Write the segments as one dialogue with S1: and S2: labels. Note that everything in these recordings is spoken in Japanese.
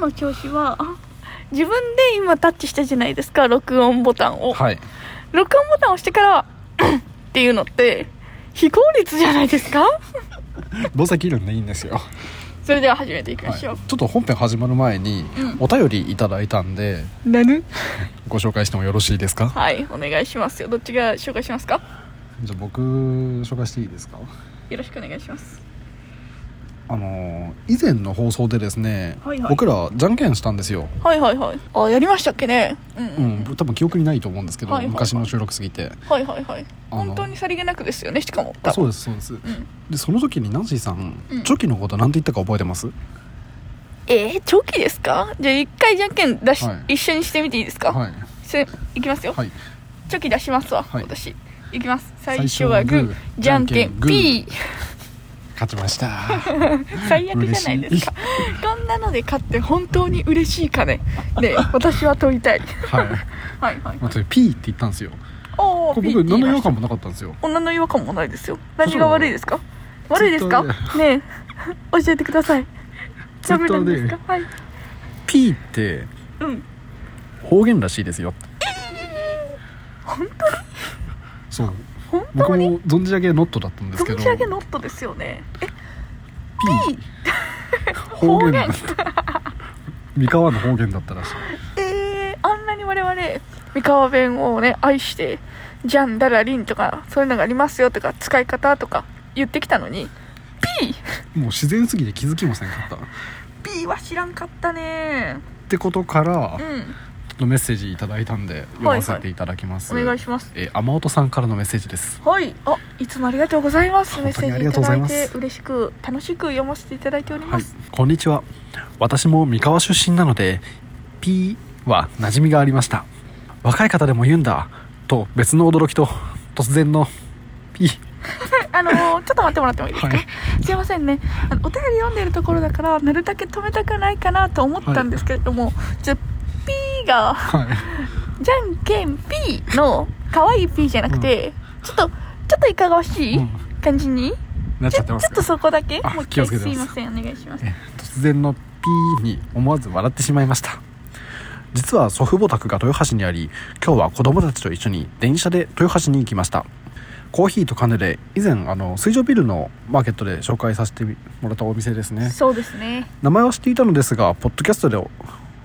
S1: の調子はあ自分で今タッチしたじゃないですか録音ボタンを、
S2: はい
S1: 録音ボタンを押してから00っていうのって非効率じゃないです か
S2: どうせ切るんでいいんですよ、
S1: それでは始めていきま
S2: はい、
S1: し
S2: ち
S1: ょ
S2: ょ
S1: う
S2: っ、と本編始まる前に
S1: うん
S2: お便りいただいたんで
S1: なぬ
S2: ご紹介してもよろしいですか
S1: はいお願いしますよどっちが紹介しますか
S2: じゃあ僕紹介していいですか
S1: よろしくお願いします
S2: あのー以前の放送でですね、
S1: はいはい
S2: 僕らじゃんけんしたんですよ、
S1: はいはいはいあやりましたっけねうん、う
S2: うんん、多分記憶にないと思うんですけど、
S1: はいはいはい
S2: 昔の収録すぎて
S1: はいはいはい
S2: あの
S1: 本当にさりげなくですよねしかも
S2: あそう
S1: う
S2: ですそうです、
S1: ん
S2: でその時にナンシーさん、
S1: うん
S2: チョキのこと何て言ったか覚えてます
S1: えー、チョキですかじゃあ一回じゃんけん出し、
S2: はい
S1: 一緒にしてみていいですか、
S2: はい
S1: せいきますよ、
S2: はい
S1: チョキ出しますわ、
S2: はい
S1: 私いきます
S2: 最
S1: 最
S2: 初
S1: 初
S2: は
S1: は
S2: グ
S1: グ
S2: ー
S1: ーじゃんけんピ
S2: 勝ち ました
S1: ー最悪じゃないですかこんなので勝って本当に嬉しいかね で私は問いたい
S2: はい、
S1: はいはい
S2: まあ、それピーって言ったんですよ
S1: おお
S2: これ僕何の違和感もなかったんですよ
S1: 女の違和感もないですよ何が悪いですか悪いですか
S2: ツイ
S1: ねえ教えてください
S2: ツイッターで
S1: ダメなんですかはい
S2: ピーって
S1: うん
S2: 方言らしいですよ
S1: 本
S2: そう
S1: 本
S2: 僕
S1: 当に
S2: も存じ上げノットだったんですけ
S1: 存
S2: ど
S1: じ上げノットですよねえ
S2: ピー方言だった三河の方言だったらしい
S1: えー、あんなに我々三河弁をね愛して「じゃんだらりん」とかそういうのがありますよとか使い方とか言ってきたのにピー
S2: もう自然すぎて気づきませんかったっ
S1: ピーは知らんかったね
S2: てことから
S1: う
S2: ちょ
S1: ん
S2: っとメッセージいただいたんで読ませていただきます、
S1: お願いします
S2: えー、天音さんからのメッセージです
S1: はいあいつもありがとうございますメッセ
S2: 本当
S1: ー
S2: にあ
S1: ジい
S2: りがと
S1: ただ
S2: うござい
S1: い
S2: ます
S1: て嬉しく楽しく読ませていただいておりま
S2: はい
S1: す、、
S2: こんにちは私も三河出身なので P は馴染みがありました若い方でも言うんだと別の驚きと突然の P
S1: あのーちょっと待ってもらってもいいですか、
S2: は
S1: すいませんねあのお便り読んでるところだからなるだけ止めたくないかなと思ったんですけれども、ちょっとピーが
S2: はい
S1: じゃんけんピーの可愛いピーじゃなくて、ちょっとちょっといかがわしい
S2: うん
S1: 感じに、
S2: なっ
S1: ち
S2: ちゃ
S1: ょち
S2: って
S1: ょ
S2: ま
S1: っ
S2: す
S1: とそこだけ
S2: あ
S1: もう一
S2: 気を
S1: 回
S2: つけて
S1: す
S2: ます
S1: いませんお願いします
S2: え突然の P に思わず笑ってしまいました実は祖父母宅が豊橋にあり今日は子供たちと一緒に電車で豊橋に行きましたコーヒーとカヌレ以前あの水上ビルのマーケットで紹介させてもらったお店ですね
S1: そうですね
S2: 名前は知っていたのですがポッドキャストで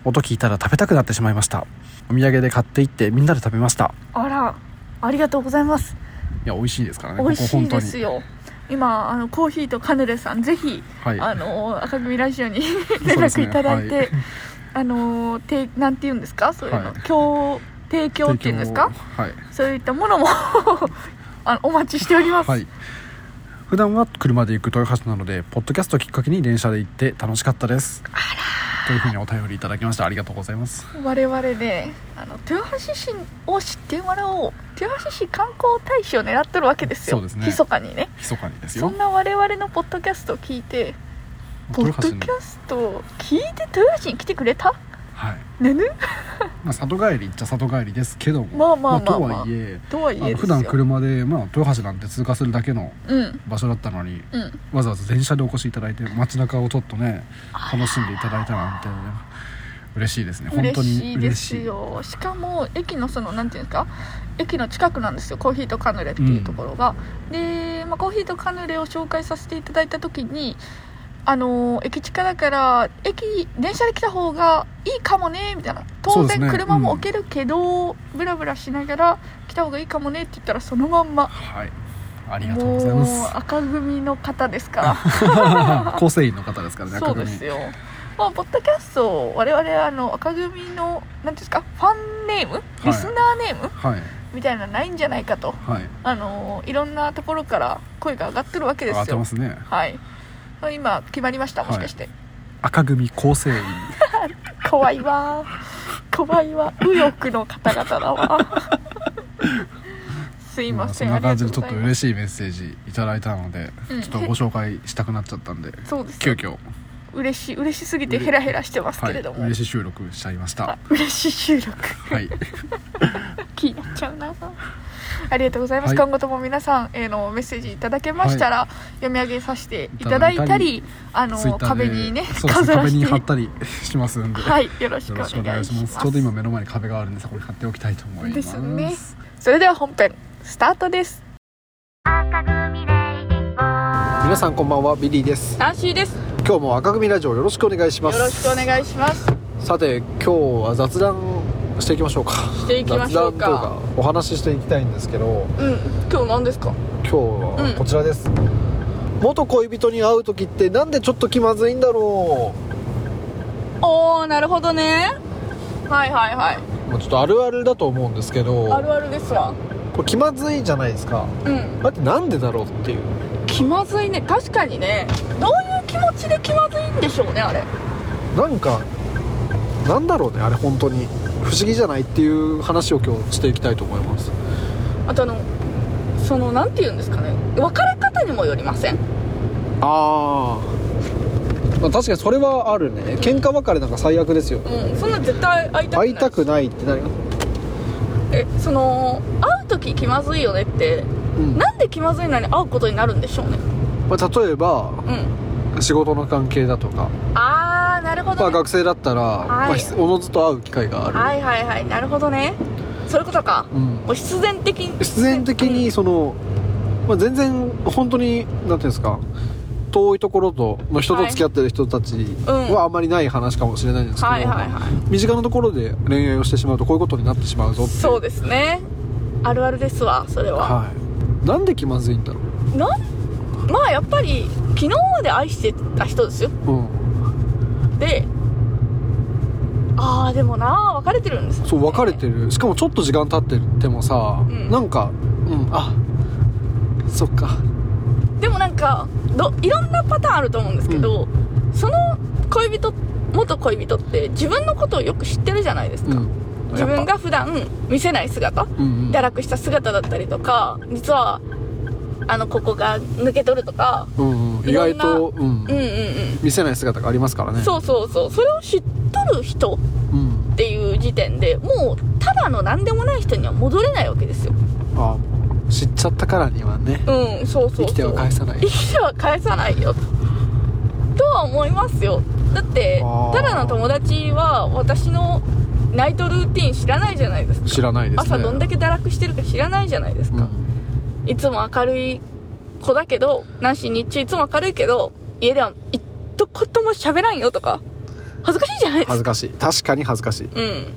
S2: 音聞いたら食べたくなってしまいましたお土産で買っていってみんなで食べました
S1: あらありがとうございます
S2: いや美味しいですからね
S1: 美味しい
S2: ここ本当
S1: で
S2: に
S1: すよ今あのコーヒーとカヌレさんぜひ、
S2: はい
S1: あの赤組ラジオに
S2: ね
S1: 連絡いただいて、
S2: はい
S1: あのてなんて言うんですかそういうの、
S2: はい
S1: 供提供っていうんですか
S2: 提供はい
S1: そういったものも あのお待ちしております、
S2: はい普段は車で行く豊橋なのでポッドキャストきっかけに電車で行って楽しかったですというふうにお便りいただきましたありがとうございます
S1: 我々ねあの豊橋市を知ってもらおう豊橋市観光大使を狙ってるわけですよ
S2: そうですね
S1: 密かにね
S2: 密かにです
S1: そ
S2: よ
S1: んな我々のポッドキャストを聞いてポッ
S2: 豊
S1: ド
S2: 橋
S1: キ
S2: に
S1: ャストを聞いて豊橋に来てくれた
S2: はい、
S1: ぬぬ
S2: まあ、里帰りっちゃ里帰りですけども
S1: まあまあまあまあ
S2: とはいえ
S1: とはいえです
S2: あの
S1: よ
S2: 普段車で、まあ、豊橋なんて通過するだけの
S1: うん
S2: 場所だったのに
S1: うん
S2: わざわざ電車でお越しいただいて街中をちょっとね楽しんでいただいたなんて嬉しいですね本
S1: 嬉
S2: 当に
S1: しい
S2: 嬉
S1: で
S2: し
S1: す
S2: い
S1: よしかも駅のそのなんていうんですか駅の近くなんですよコーヒーとカヌレっていうところが、で、まあ、コーヒーとカヌレを紹介させていただいた時にあのー駅近だから駅電車で来た方がいいかもねみたいな
S2: そ
S1: 当
S2: うです
S1: 然
S2: ね
S1: 車も置けるけど、ブラブラしながら来た方がいいかもねって言ったらそのまんま
S2: はいありがとう
S1: も
S2: ございま
S1: う
S2: す
S1: 赤組の方ですから
S2: 構成員の方ですからね
S1: そうですよ、まあ、ポッドキャストを我々あの赤組の何ていうんですかファンネームリスナーネーム
S2: 赤組
S1: みたいなのないんじゃないかと
S2: はいはい
S1: あのいろんなところから声が上がってるわけで
S2: 当
S1: す
S2: て
S1: よ
S2: ますね
S1: はい今決まりましたもしかして、
S2: 赤組構成員
S1: 怖いわ怖いわ右翼の方々だ わすいま
S2: そ
S1: せ
S2: ん
S1: ん
S2: な感じで
S1: あり
S2: ちょ
S1: が
S2: っ
S1: と
S2: と
S1: うございま
S2: 嬉しいメッセージいただいたので、
S1: うん
S2: ちょっとご紹介したくなっちゃったんです
S1: そうです
S2: 急
S1: よ
S2: 遽
S1: 嬉しい嬉しすぎてヘラヘラしてます
S2: は
S1: け
S2: い
S1: れども、
S2: 嬉しい収録しちゃいました
S1: あ嬉しい収録
S2: はい
S1: 気になっちゃうなありがとうございます、
S2: はい
S1: 今後とも皆さんへのメッセージいただけましたら、読み上げさせていただい
S2: い
S1: た
S2: ただ
S1: り
S2: い
S1: あ
S2: ツイッ
S1: の
S2: ターで
S1: 壁にね
S2: そうですね
S1: 飾ら
S2: 壁
S1: せ
S2: に
S1: て
S2: 貼ったりしますんで、
S1: はいよろしく
S2: よ
S1: お願
S2: ろしくお願
S1: い
S2: い
S1: し
S2: し
S1: ま
S2: ますすちょうど今目の前に壁があるんでそこに貼っておきたいと思います
S1: ですねそれでは本編スタートです
S2: 皆さんこんばんはビリーです
S1: ナンシーです
S2: 今日も赤組ラジオよろしくお願いしま
S1: よ
S2: す
S1: ろしくお願いします
S2: さて今日は雑談していきましょうか
S1: ていきましょうか
S2: 雑談というかお話ししていきたいんですけど
S1: うん今日何ですか
S2: 今日はこちらです、元恋人に会う時ってなんでちょっと気まずいんだろ、
S1: おおなるほどねはいはいはいう
S2: まあ、ちょっとあるあるだと思うんですけど
S1: あるあるですわ
S2: これ気まずいじゃないですか
S1: うん
S2: だってなんでだろうっていう
S1: 気まずいね確かにねどういう気持ちで気まずいんでしょうねあれ
S2: なんかなんだろうねあれ本当に不思議じゃないっていう話を今日していきたいと思います
S1: あとあのそのなんて言うんですかね別れ方にもよりません
S2: ああ確かにそれはあるね喧嘩別れなんか最悪ですよ
S1: うんそんな絶対会いたくない
S2: 会いたくないってなり
S1: えその会う時気まずいよねって
S2: うん
S1: なんで気まずいのに会うことになるんでしょうね
S2: まあ、例えば
S1: うん
S2: 仕事の関係だとか、
S1: ああなるほ
S2: ま
S1: ど、
S2: あ、
S1: ね
S2: 学生だったら、まあ、
S1: い
S2: ひおのずと会う機会がある、
S1: はいはいはいなるほどねそういうことか
S2: うん
S1: もう必然的に
S2: 必然的にその、まあ、全然本当になんていうんですか遠いところとの人と付き合ってる人たち
S1: うん
S2: はあまりない話かもしれないんですけど、
S1: はいはいはい
S2: 身近なところで恋愛をしてしまうとこういうことになってしまうぞっていう
S1: そうですねあるあるですわそれは、
S2: はい、なんで気まずいんだろ
S1: なんまあやっぱり昨日まで愛してた人ですよ
S2: う、うん、
S1: でああでもな別れてるんですよね
S2: そう別れてるしかもちょっと時間経っててもさ、
S1: ん
S2: なんかうんあそっか
S1: でもなんかどいろんなパターンあると思うんですけど、その恋人元恋人って自分のことをよく知ってるじゃないです
S2: う
S1: か、
S2: ん
S1: 自分が普段見せない姿
S2: うんうん
S1: 堕落した姿だったりとか実はあのここが抜け取るとか
S2: うんうん、意
S1: いろんな
S2: 外と、うん
S1: うんうんうん
S2: 見せない姿がありますからね
S1: そうそうそうそれを知っとる人
S2: う、ん、
S1: っていう時点でもうただの何でもない人には戻れないわけですよ
S2: あ知っちゃったからにはね
S1: うんそうそうそう
S2: 生きては返さない
S1: 生きては返さないよとは思いますよだって
S2: あー
S1: ただの友達は私のナイトルーティン知らないじゃないですか
S2: 知らないですね
S1: 朝どんだけ堕落してるか知らないじゃないです
S2: う
S1: か、
S2: ん
S1: いつも明るい子だけどナンシー日中いつも明るいけど家では一言も喋らんよとか恥ずかしいじゃないですか
S2: 恥ずかしい確かに恥ずかしい
S1: うん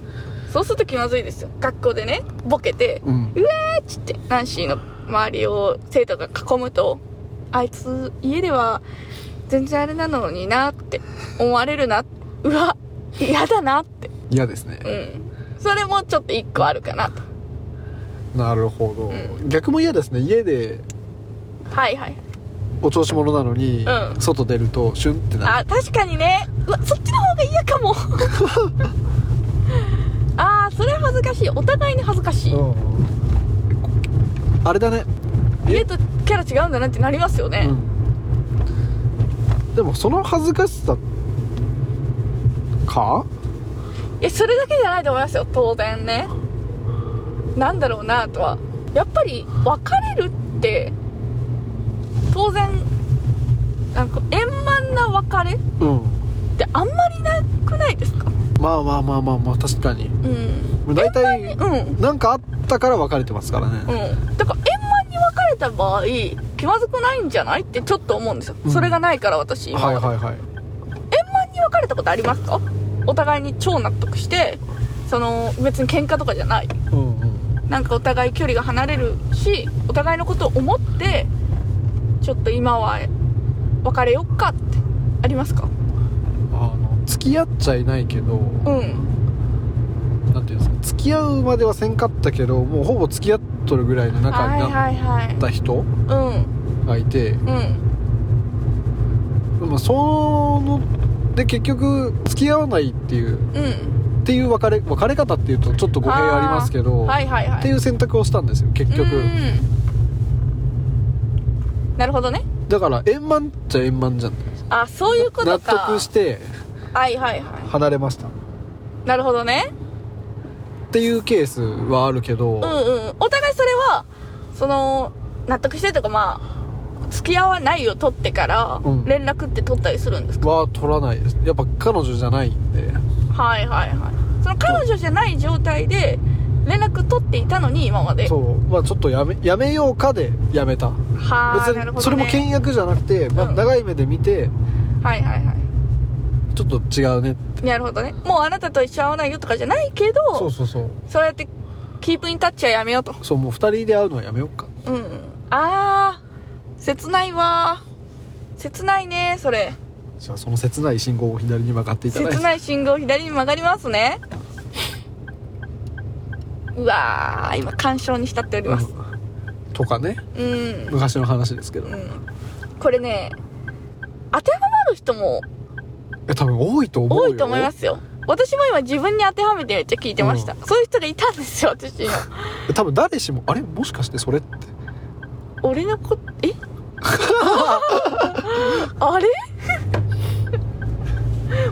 S1: そうすると気まずいですよ学校でねボケて
S2: うん
S1: 「ちってナンシーの周りを生徒が囲むと「あいつ家では全然あれなのにな」って思われるなうわ嫌だなって
S2: 嫌ですね、
S1: うんそれもちょっと一個あるかなと
S2: なるほど、
S1: う
S2: 逆も嫌ですね家で
S1: はいはい
S2: お調子者なのに、
S1: うん
S2: 外出るとシュンってな
S1: あ
S2: る
S1: 確かにねうわそっちの方が嫌かもああそれ恥ずかしいお互いに恥ずかしい
S2: うんあれだね、
S1: 家とキャラ違うんだなってなりますよね、
S2: うんでもその恥ずかしさか
S1: いやそれだけじゃないと思いますよ当然ねなんだろうなとはやっぱり別れるって当然なんか円満な別れっ
S2: うん
S1: てあんまりなくないですか
S2: まあまあまあまあまあ確かに
S1: うん
S2: 大体
S1: うんうん
S2: なんかあったから別れてますからね、
S1: だから円満に別れた場合気まずくないんじゃないってちょっと思うんですよ、
S2: うん
S1: それがないから私今
S2: はい
S1: まで
S2: はいはい
S1: 円満に別れたことありますかお互いに超納得してその別に喧嘩とかじゃない
S2: うんうん
S1: なんかお互い距離が離れるしお互いのことを思ってちょっと今は別れよっかってありますか
S2: あの付き合っちゃいないけど、
S1: うん
S2: なんていうんですか付き合うまではせんかったけどもうほぼ付き合っとるぐらいの仲
S1: は
S2: に
S1: い
S2: な
S1: は
S2: っ
S1: いはい
S2: た人
S1: うん
S2: がいて、
S1: うん
S2: まあ、そので結局付き合わないっていう
S1: うん
S2: っていう別れ別れ方っていうとちょっと語弊ありますけど、
S1: はいはいはい
S2: っていう選択をしたんですよ結局、
S1: うんなるほどね
S2: だから円満っちゃ円満じゃん
S1: あそういうこと
S2: 納
S1: か
S2: 得して
S1: はいはいは
S2: 離れました
S1: いなるほどね
S2: っていうケースはあるけど、
S1: うんうんお互いそれはその納得してとかまあ付き合わないを取ってから
S2: うん
S1: 連絡って取ったりするんですか、
S2: は取らないですやっぱ彼女じゃないんで
S1: はいはいはいその彼女じゃない状態で連絡取っていたのに今まで
S2: そうまあちょっとやめやめようかでやめた
S1: はあ
S2: 別
S1: なるほど、ね、
S2: にそれも倹約じゃなくて、まあ
S1: うん
S2: 長い目で見て
S1: はいはいは
S2: ちょっと違うね
S1: いなるほどねもうあなたと一緒に会わないよとかじゃないけど
S2: そ
S1: そう
S2: うそうそう
S1: やってキープインタッチはやめようと
S2: そうもう2人で会うのはやめようか
S1: うんうんああ切ないわ切ないねそれ
S2: じゃあその切ない信号を左に曲がっていただいて
S1: 切ない信号を左に曲がりますねうわー今感傷に浸っております
S2: うんとかね
S1: うん、
S2: 昔の話ですけど、
S1: う
S2: え
S1: ん、これね当てはまる人も
S2: 多分多いと思うよ
S1: 多いと思いますよ私も今自分に当てはめてめっちゃ聞いてました、そういう人がいたんですよ私今
S2: 多分誰しもあれもしかしてそれって
S1: 俺のこえ あれ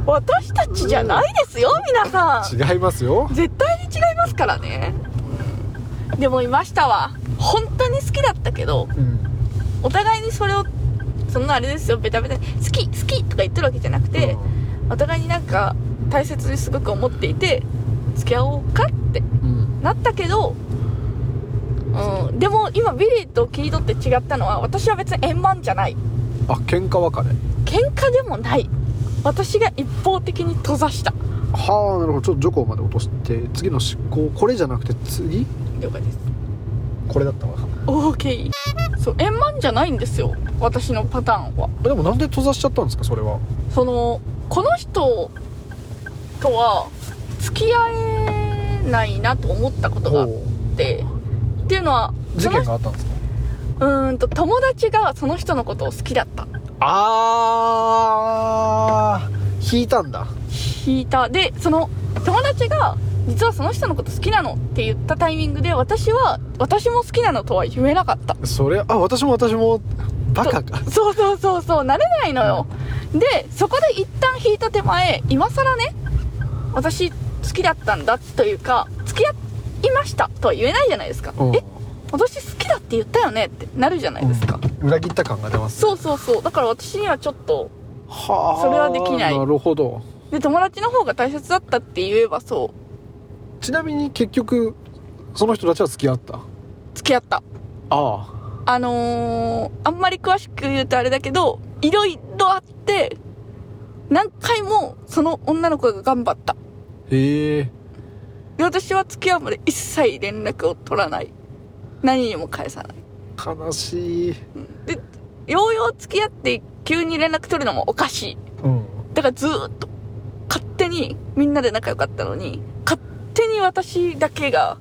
S1: 私たちじゃないですよ皆さん
S2: 違いますよ
S1: 絶対に違いますからねでもいましたわ本当に好きだったけど
S2: うん
S1: お互いにそれをそんなあれですよベタベタに好き好きとか言ってるわけじゃなくて、お互いになんか大切にすごく思っていて付き合おうかって
S2: うん
S1: なったけど、うん、でも今ビリーとキリトって違ったのは私は別に円満じゃない
S2: あ喧嘩別れ
S1: 喧嘩でもない私が一方的に閉ざした
S2: はあなるほどちょっと徐行まで落として次の執行これじゃなくて次
S1: 了解です
S2: これだったわ
S1: OK そう円満じゃないんですよ私のパターンは
S2: でもなんで閉ざしちゃったんですかそれは
S1: そのこの人とは付き合えないなと思ったことがあっ
S2: ほ
S1: てっていうのは
S2: う事
S1: その
S2: 件があったんですか
S1: うーんと友達がその人のことを好きだった
S2: あー引いたんだ
S1: 引いたでその友達が実はその人のこと好きなのって言ったタイミングで私は私も好きなのとは言えなかった
S2: それあ私も私もバカか
S1: そうそうそうそう慣れないのよでそこで一旦引いた手前今更ね私好きだったんだというか付き合いましたとは言えないじゃないですか、
S2: うん
S1: え私好きだって言ったよねってなるじゃないですか、
S2: うん裏切った感が出ます
S1: そうそうそうだから私にはちょっと
S2: はあ
S1: それはできない
S2: なるほど
S1: で友達の方が大切だったって言えばそ
S2: ちなみに結局その人たちは付き合ったあ
S1: う付き合った
S2: あ
S1: あのー、あんまり詳しく言うとあれだけどいろいろあって何回もその女の子が頑張った
S2: へえ
S1: で私は付き合うまで一切連絡を取らない何にも返さない
S2: 悲しい
S1: でようよう付き合って急に連絡取るのもおかしい
S2: うん
S1: だからずーっと勝手にみんなで仲良かったのに勝手に私だけが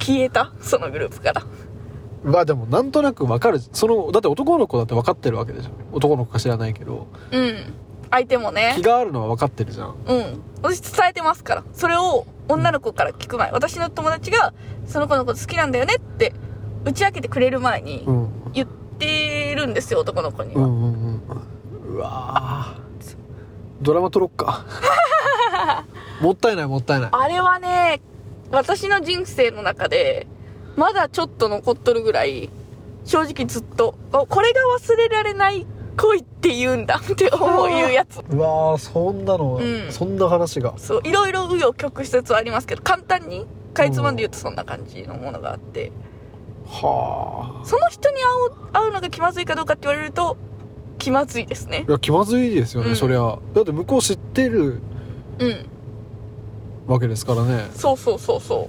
S1: 消えたそのグループから
S2: まあでもなんとなくわかるそのだって男の子だって分かってるわけでしょ男の子か知らないけど
S1: うん相手もね
S2: 気があるのは分かってるじゃん
S1: うん。私伝えてますから。それを女の子から聞く前。私の友達が、その子のこと好きなんだよねって、打ち明けてくれる前に
S2: う、ん
S1: 言ってるんですよ、男の子に
S2: う
S1: は。
S2: んうんうんうわードラマ撮ろっ かもったいないもったいない
S1: あれはね、私の人生の中で、まだちょっと残っとるぐらい、正直ずっと、おこれが忘れられない恋って言うんだって思ういうやつ。
S2: うわーそんなの、
S1: うん
S2: そんな話が
S1: そう、いろいろ紆余曲折はありますけど、簡単に、かいつまんで言うとそんな感じのものがあって。
S2: はあ
S1: その人に会う会うのが気まずいかどうかって言われると気まずいですね
S2: いや気まずいですよね、
S1: うん
S2: そりゃだって向こう知ってる
S1: うん
S2: わけですからね
S1: そうそうそうそ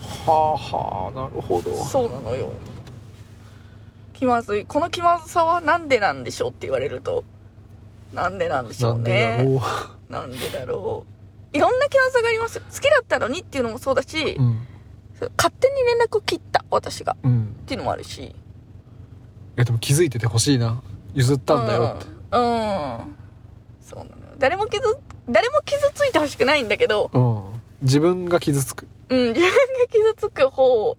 S2: はあはあなるほど
S1: うそうなのよ気まずいこの気まずさはなんでなんでしょうって言われるとなんでなんでしょ
S2: な
S1: うん
S2: でだ
S1: ね
S2: ろ
S1: なんでだろういろんな気まずさがありますよ好きだったのにっていうのもそうだし、
S2: ううん
S1: 勝手に連絡を切った私がっ
S2: うん
S1: ていうのもあるし
S2: いやでも気づいててほしいな譲ったんだよって、
S1: うん、うんそうなのよ誰も傷誰も傷ついてほしくないんだけど
S2: うん自分が傷つく
S1: うん、自分が傷つく方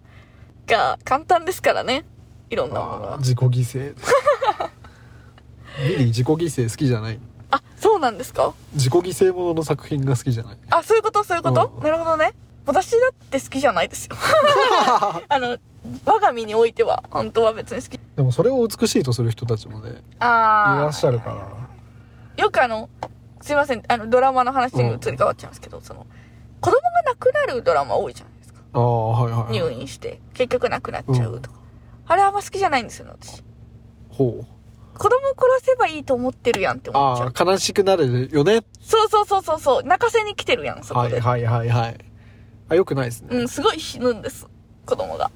S1: が簡単ですからね。いろんなもの
S2: あ
S1: が
S2: ー。自己 犠牲ミリー自己犠牲好きじゃない
S1: あ、そうなんですか
S2: 自己犠牲ものの作品が好きじゃない
S1: あ、そういうことそういうこと
S2: うん
S1: なるほどね。私だって好きじゃないですよ。あの、我が身においては、本当は別に好き。
S2: でもそれを美しいとする人たちもねい
S1: あー
S2: らっしゃるから
S1: よくあの、すいません、あの、ドラマの話に移り変わっちゃうんですけど、その、子供が亡くなるドラマ多いじゃないですか。
S2: ああはいはい、はい、
S1: 入院して、結局亡くなっちゃうとか。あれあんま好きじゃないんですよね、私。
S2: ほう
S1: 子供殺せばいいと思ってるやんって思っちゃ
S2: あ
S1: う。
S2: あ悲しくなるよね
S1: そうそうそうそうそう、泣かせに来てるやん、そこ
S2: は
S1: で。
S2: いはいはいはいあよくないです
S1: う
S2: ね
S1: ん、すごい死ぬんです。子供が。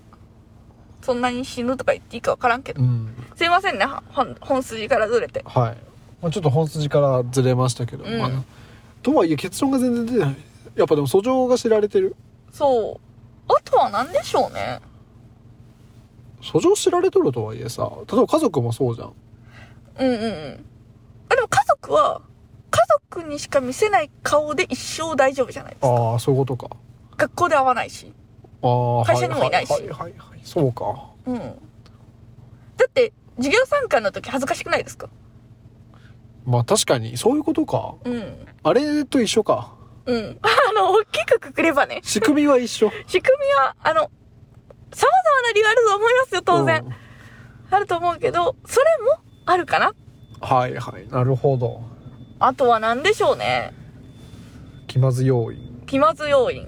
S1: そんなに死ぬとか言っていいかわからんけど
S2: う。ん、
S1: すいませんね、は本本筋からずれて。
S2: はい、まあ、ちょっと本筋からずれましたけど、
S1: うん
S2: まあ、とはいえ結論が全然出てないやっぱでも訴状が知られてる
S1: そう。あとは何でしょうね。
S2: 訴状知られとるとはいえさ例えば家族もそうじゃん
S1: うんうんうん。あ、でも家族は、家族にしか見せない顔で一生大丈夫じゃないですか。
S2: ああそういうことか
S1: 学校で会わないし。
S2: ああ
S1: 会社にもいないし
S2: はいはいはい、はい、そうか
S1: うん。だって、授業参観の時恥ずかしくないですか
S2: まあ確かにそういうことか
S1: うん。
S2: あれと一緒か
S1: うん。 あの、大きくくくればね、
S2: 仕組みは一緒
S1: 仕組みは、あの、様々な理由あると思いますよ、 当然。
S2: うん
S1: あると思うけど、それもあるかな。
S2: はいはいなるほど
S1: あとは何でしょうね。
S2: 気まず要因
S1: 気まず要因。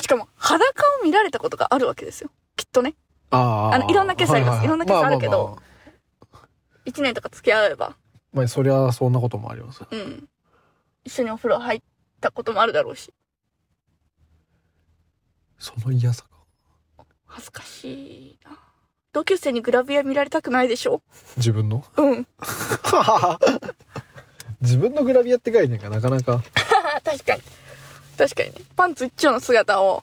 S1: しかも、裸を見られたことがあるわけですよ。きっとね。
S2: あー
S1: あのいろんなケースありますいろんなケースあるけど
S2: まあまあまあ
S1: 一年とか付き合えば。
S2: まあそりゃそんなこともあります
S1: うん。一緒にお風呂入ったこともあるだろうし。
S2: その嫌さか
S1: 恥ずかしいな。同級生にグラビア見られたくないでしょ
S2: 自分の
S1: うん。
S2: 自分のグラビアって概念がなかなか
S1: あ確かに。確かにね。パンツ一丁の姿を。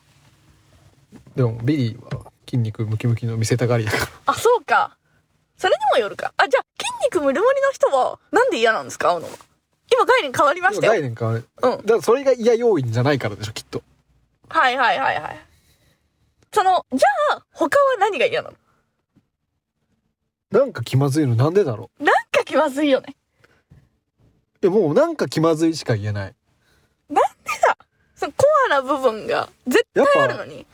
S2: でもビリーは筋肉ムキムキの見せたがりだから
S1: あ、そうか。それにもよるか。あ、じゃあ、筋肉ムルムリの人は、なんで嫌なんですか会うのは。今概念変わりましたよ
S2: 概。念変わる、
S1: うん
S2: だからそれが嫌要因じゃないからでしょきっと
S1: はいはいはいはい。その、じゃあ、他は何が嫌なの
S2: なんか気まずいのなんでだろ
S1: なんか気まずいよね。
S2: ういやもうなんか気まずいしか言えない
S1: そのコアな部分が絶対あるのに。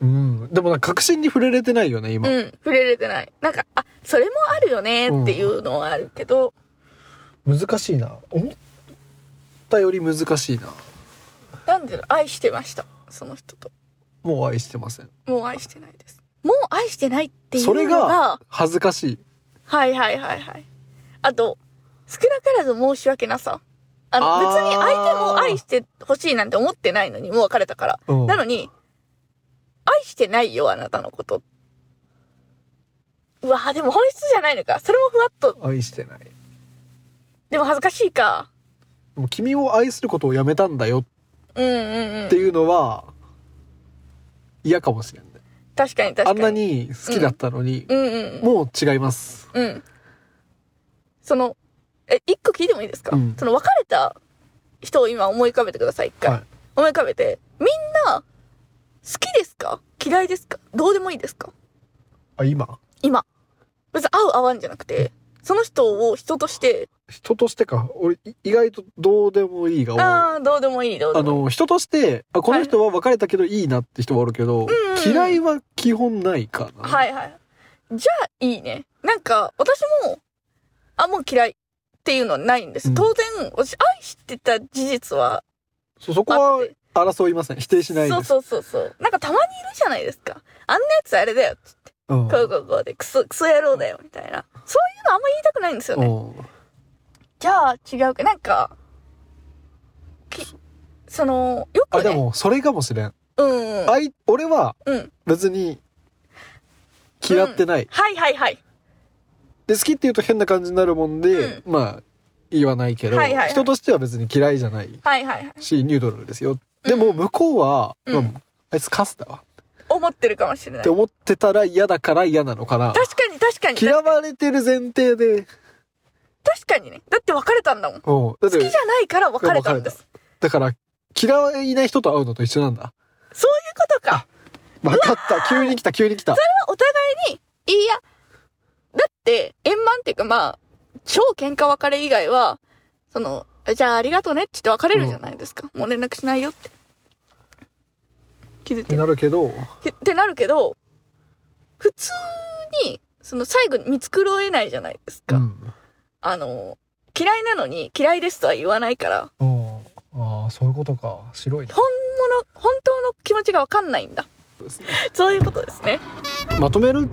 S2: うんでもなんか確信に触れれてないよね今、
S1: うん、触れれてない。なんか、あ、それもあるよねっていうのはあるけど、
S2: 難しいな思ったより難しいな
S1: なんでだろう愛してました。その人と。
S2: もう愛してません
S1: もう愛してないです。もう愛してないっていう
S2: それ
S1: のが
S2: が、恥ずかしい
S1: はいはいはいはい。あと、少なからず申し訳なさ。あの、
S2: あー
S1: 別に相手も愛してほしいなんて思ってないのに、もう別れたから。
S2: うん
S1: なのに、愛してないよ、あなたのこと。うわぁ、でも本質じゃないのか。それもふわっと。
S2: 愛してない
S1: でも恥ずかしいか。
S2: もう君を愛することをやめたんだよ
S1: うんうんうん
S2: って。いうのは嫌かもしれない
S1: 確かに確かに。
S2: あんな。に好きだったのに、
S1: うんうん
S2: もう違います
S1: うん。うん。その、え、一個聞いてもいいですか、
S2: うん
S1: その別れた人を今思い浮かべてください、一回。
S2: はい
S1: 思い浮かべて、みんな、好きですか嫌いですかどうでもいいですか
S2: あ今
S1: 今。別に合う合わんじゃなくて、その人を人として、
S2: 人としてか俺い意外とどうでもいいが多いあ
S1: ああ、どうでもいい、どうでもいい。
S2: の人としてあこの人は別れたけどいいなって人はおるけど、
S1: んうん
S2: 嫌いは基本ないかな、
S1: はいはい。じゃあ、いいね。なんか、私も、あ、もう嫌いっていうのはないんです。
S2: うん
S1: 当然、私、愛してた事実は
S2: そそこ
S1: あっ
S2: は
S1: て。
S2: 争いません否定しない
S1: そう
S2: です
S1: そうそうそう。なんかたまにいるじゃないですか。あんなやつあれだよ。
S2: うん
S1: こうこうこうで、クソ、クソ野郎だよ、みたいな。そういうのあんま言いたくないんですよね。
S2: うん
S1: じゃあ、違うか。なんか、き、その、よ
S2: あ
S1: く
S2: で
S1: ね。
S2: もそれかもしれん、
S1: うんうん。
S2: あい俺は
S1: うん。
S2: 別に嫌ってない、
S1: はいはいはい。
S2: で好きって言うと変な感じになるもんで、まあ言わないけど、
S1: はいはいはい
S2: 人としては別に嫌いじゃない
S1: はいはいはい。
S2: しニュードルですよでも向こうは、
S1: うん
S2: まあ、あいつカスだわ
S1: 思ってるかもしれな
S2: っ
S1: い。
S2: て
S1: 確
S2: 思ってたら嫌だから嫌なのかな
S1: かに確かに。
S2: 嫌われてる前提で
S1: 確かにね。だって別れたんだもん。
S2: うんだっ
S1: 好きじ
S2: て
S1: ゃないから別れたんです。
S2: だから嫌いな人と会うのと一緒なんだ
S1: そういうことか。
S2: 分かった 急に来た急に来た
S1: お互いに、いや、だって、円満っていうかまあ、超喧嘩別れ以外は、その、じゃあありがとうねって言って別れるじゃないですか。もう連絡しないよって。気づい
S2: て
S1: て
S2: なるけど
S1: ってってなるけど、普通に、その最後に見繕えないじゃないですか。
S2: うん
S1: あの、嫌いなのに嫌いですとは言わないから、
S2: あーあーそういうことか白いな
S1: 本物、本当の気持ちがわかんないんだ。そういうことですね。
S2: まとめる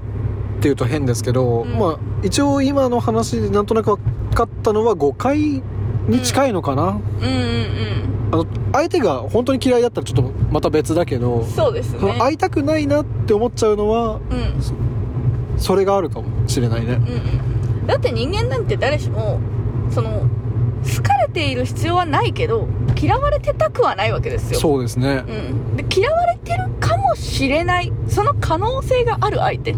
S2: っていうと変ですけど、
S1: うん
S2: まあ一応今の話でなんとなく分かったのは誤解に近いのかな、
S1: うんうん
S2: あの相手が本当に嫌いだったらちょっとまた別だけど、
S1: うん。そうです
S2: その
S1: ね。
S2: 会いたくないなって思っちゃうのは
S1: うん。うん
S2: それがあるかもしれないね
S1: うん。だって人間なんて誰しも、その、好かれている必要はないけど、嫌われてたくはないわけですよ。
S2: そうですね
S1: うん、で嫌われてるかもしれないその可能性がある相手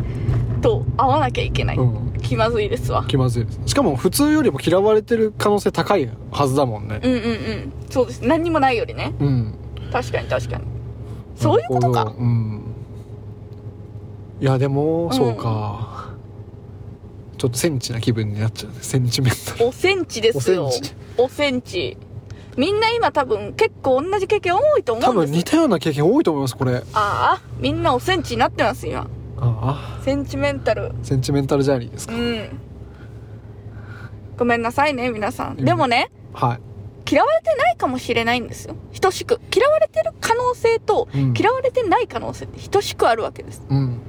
S1: と会わなきゃいけない、
S2: うん
S1: 気まずいですわ
S2: 気まずいですしかも普通よりも嫌われてる可能性高いはずだもんね
S1: うんうんうんそうです何にもないよりね
S2: うん
S1: 確かに確かにそういうこと
S2: な
S1: か
S2: るほどうんいやでも
S1: ん
S2: そうか、ちょっとセンチな気分になっちゃうねセンチメン タル
S1: おセンチですよ
S2: おセンチ
S1: おセンチみんな今多分結構同じ経験多いと思
S2: 多
S1: うん
S2: 分
S1: です
S2: 似たような経験多いと思いますこれ
S1: ああみんなおセンチになってます今
S2: あ
S1: センチメンタル
S2: あセンチメンタルジャーニーです
S1: う
S2: か、
S1: んごめんなさいね皆さんでもね、
S2: はい
S1: 嫌われてないかもしれないんですよ等しく嫌われてる可能性と
S2: うん
S1: 嫌われてない可能性って等しくあるわけです
S2: うん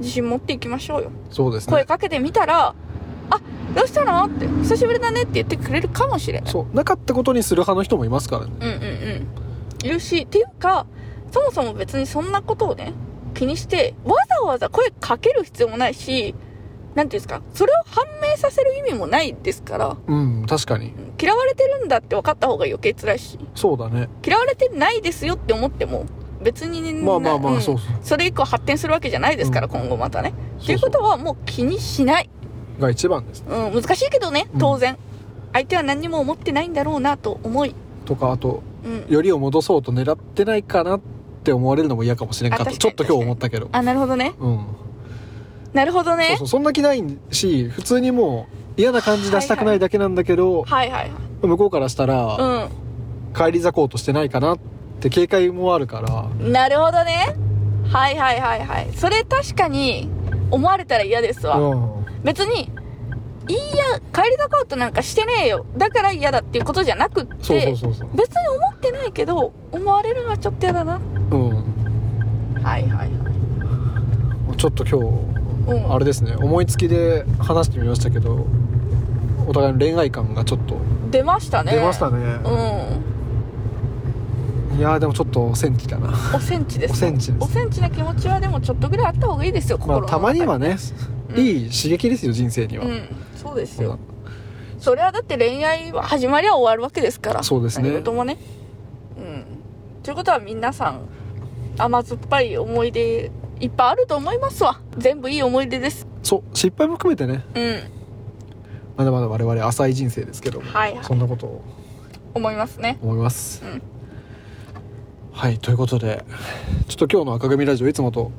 S1: 自信持っていきましょうよ
S2: そうです
S1: 声
S2: ね
S1: かけてみたら「あどうしたの?」って「久しぶりだね」って言ってくれるかもしれない
S2: そうなかったことにする派の人もいますからね
S1: うんうんうんいるしっていうかそもそも別にそんなことをね気にしてわざわざ声かける必要もないしなんていうんですかそれを判明させる意味もないですから
S2: うん確かに
S1: 嫌われてるんだって分かった方が余計辛いし
S2: そうだね
S1: 嫌われてないですよって思っても別にね
S2: まあまあまあ
S1: ん
S2: そうそう
S1: それ以降発展するわけじゃないですから、
S2: うん
S1: 今後またね
S2: そう
S1: ということはもう気にしない、
S2: が一番です
S1: うん、難しいけどね
S2: うん
S1: 当然、相手は何にも思ってないんだろうなと思い、
S2: とかあと
S1: うん、
S2: よりを戻そうと狙ってないかなって思われるのも嫌かもしれんかっ
S1: あ
S2: た
S1: 確
S2: ち
S1: か
S2: ょ
S1: に
S2: っと今日思ったけど
S1: あなるほどね
S2: うん
S1: なるほど
S2: そう
S1: ね
S2: そうそんな気ないし普通にもう嫌な感じ出したくないだけなんだけど、
S1: はいはい
S2: 向こうからしたら、
S1: はい
S2: 帰り咲こうとしてないかなって警戒もあるから
S1: うんなるほどねはいはいはいはいそれ確かに思われたら嫌ですわ、
S2: うん
S1: 別にいいや帰りだこうとなんかしてねえよだから嫌だっていうことじゃなくって
S2: そうそうそうそう
S1: 別に思ってないけど思われるのはちょっと嫌だな
S2: うん
S1: はいはいはい
S2: ちょっと今
S1: う
S2: 日あれですね思いつきで話してみましたけどお互いの恋愛感がちょっと
S1: 出ましたね
S2: 出ましたね、
S1: うん
S2: いやーでもちょっとセンチだな
S1: おセンチです
S2: おセンチです
S1: おセンチな気持ちはでもちょっとぐらいあった方がいいですよ
S2: ま
S1: 心
S2: あ
S1: の
S2: た
S1: 中
S2: まにはね、
S1: うん
S2: いい刺激ですよ人生には、
S1: うんそうですよそれはだって恋愛は始まりは終わるわけですから
S2: そうですね
S1: 何事もねうんということは皆さん甘酸っぱい思い出いっぱいあると思いますわ全部いい思い出です
S2: そう失敗も含めてね
S1: うん
S2: まだまだ我々浅い人生ですけども、
S1: はいはい
S2: そんなことを
S1: 思いますね
S2: 思います、
S1: うん
S2: はいということでちょっと今日の赤組ラジオいつもと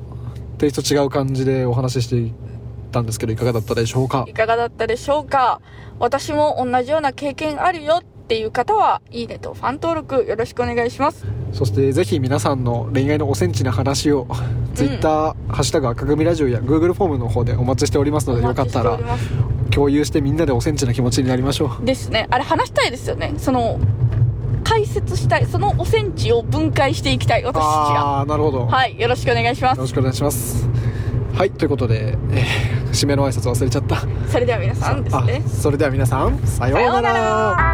S2: テイスト違う感じでお話ししていたんですけどいかがだったでしょうか
S1: いかがだったでしょうか私も同じような経験あるよっていう方はいいねとファン登録よろしくお願いします
S2: そしてぜひ皆さんの恋愛のおセンチな話を Twitter、ハッシュタグ赤組ラジオや Google フォームの方でお待ちしておりますのでよかった
S1: お
S2: ら
S1: 待ちしておりま
S2: 共有してみんなでおセンチな気持ちになりましょう
S1: すですねあれ話したいですよねその解説したいそのおセンチを分解していきたい私たちが
S2: ああーなるほど、
S1: はいよろしくお願いしま
S2: よ
S1: す
S2: ろしくお願いしますはいということで、えー締めの挨拶忘れちゃった
S1: それでは皆さんですね
S2: あそれでは皆さんさようなら
S1: さようなら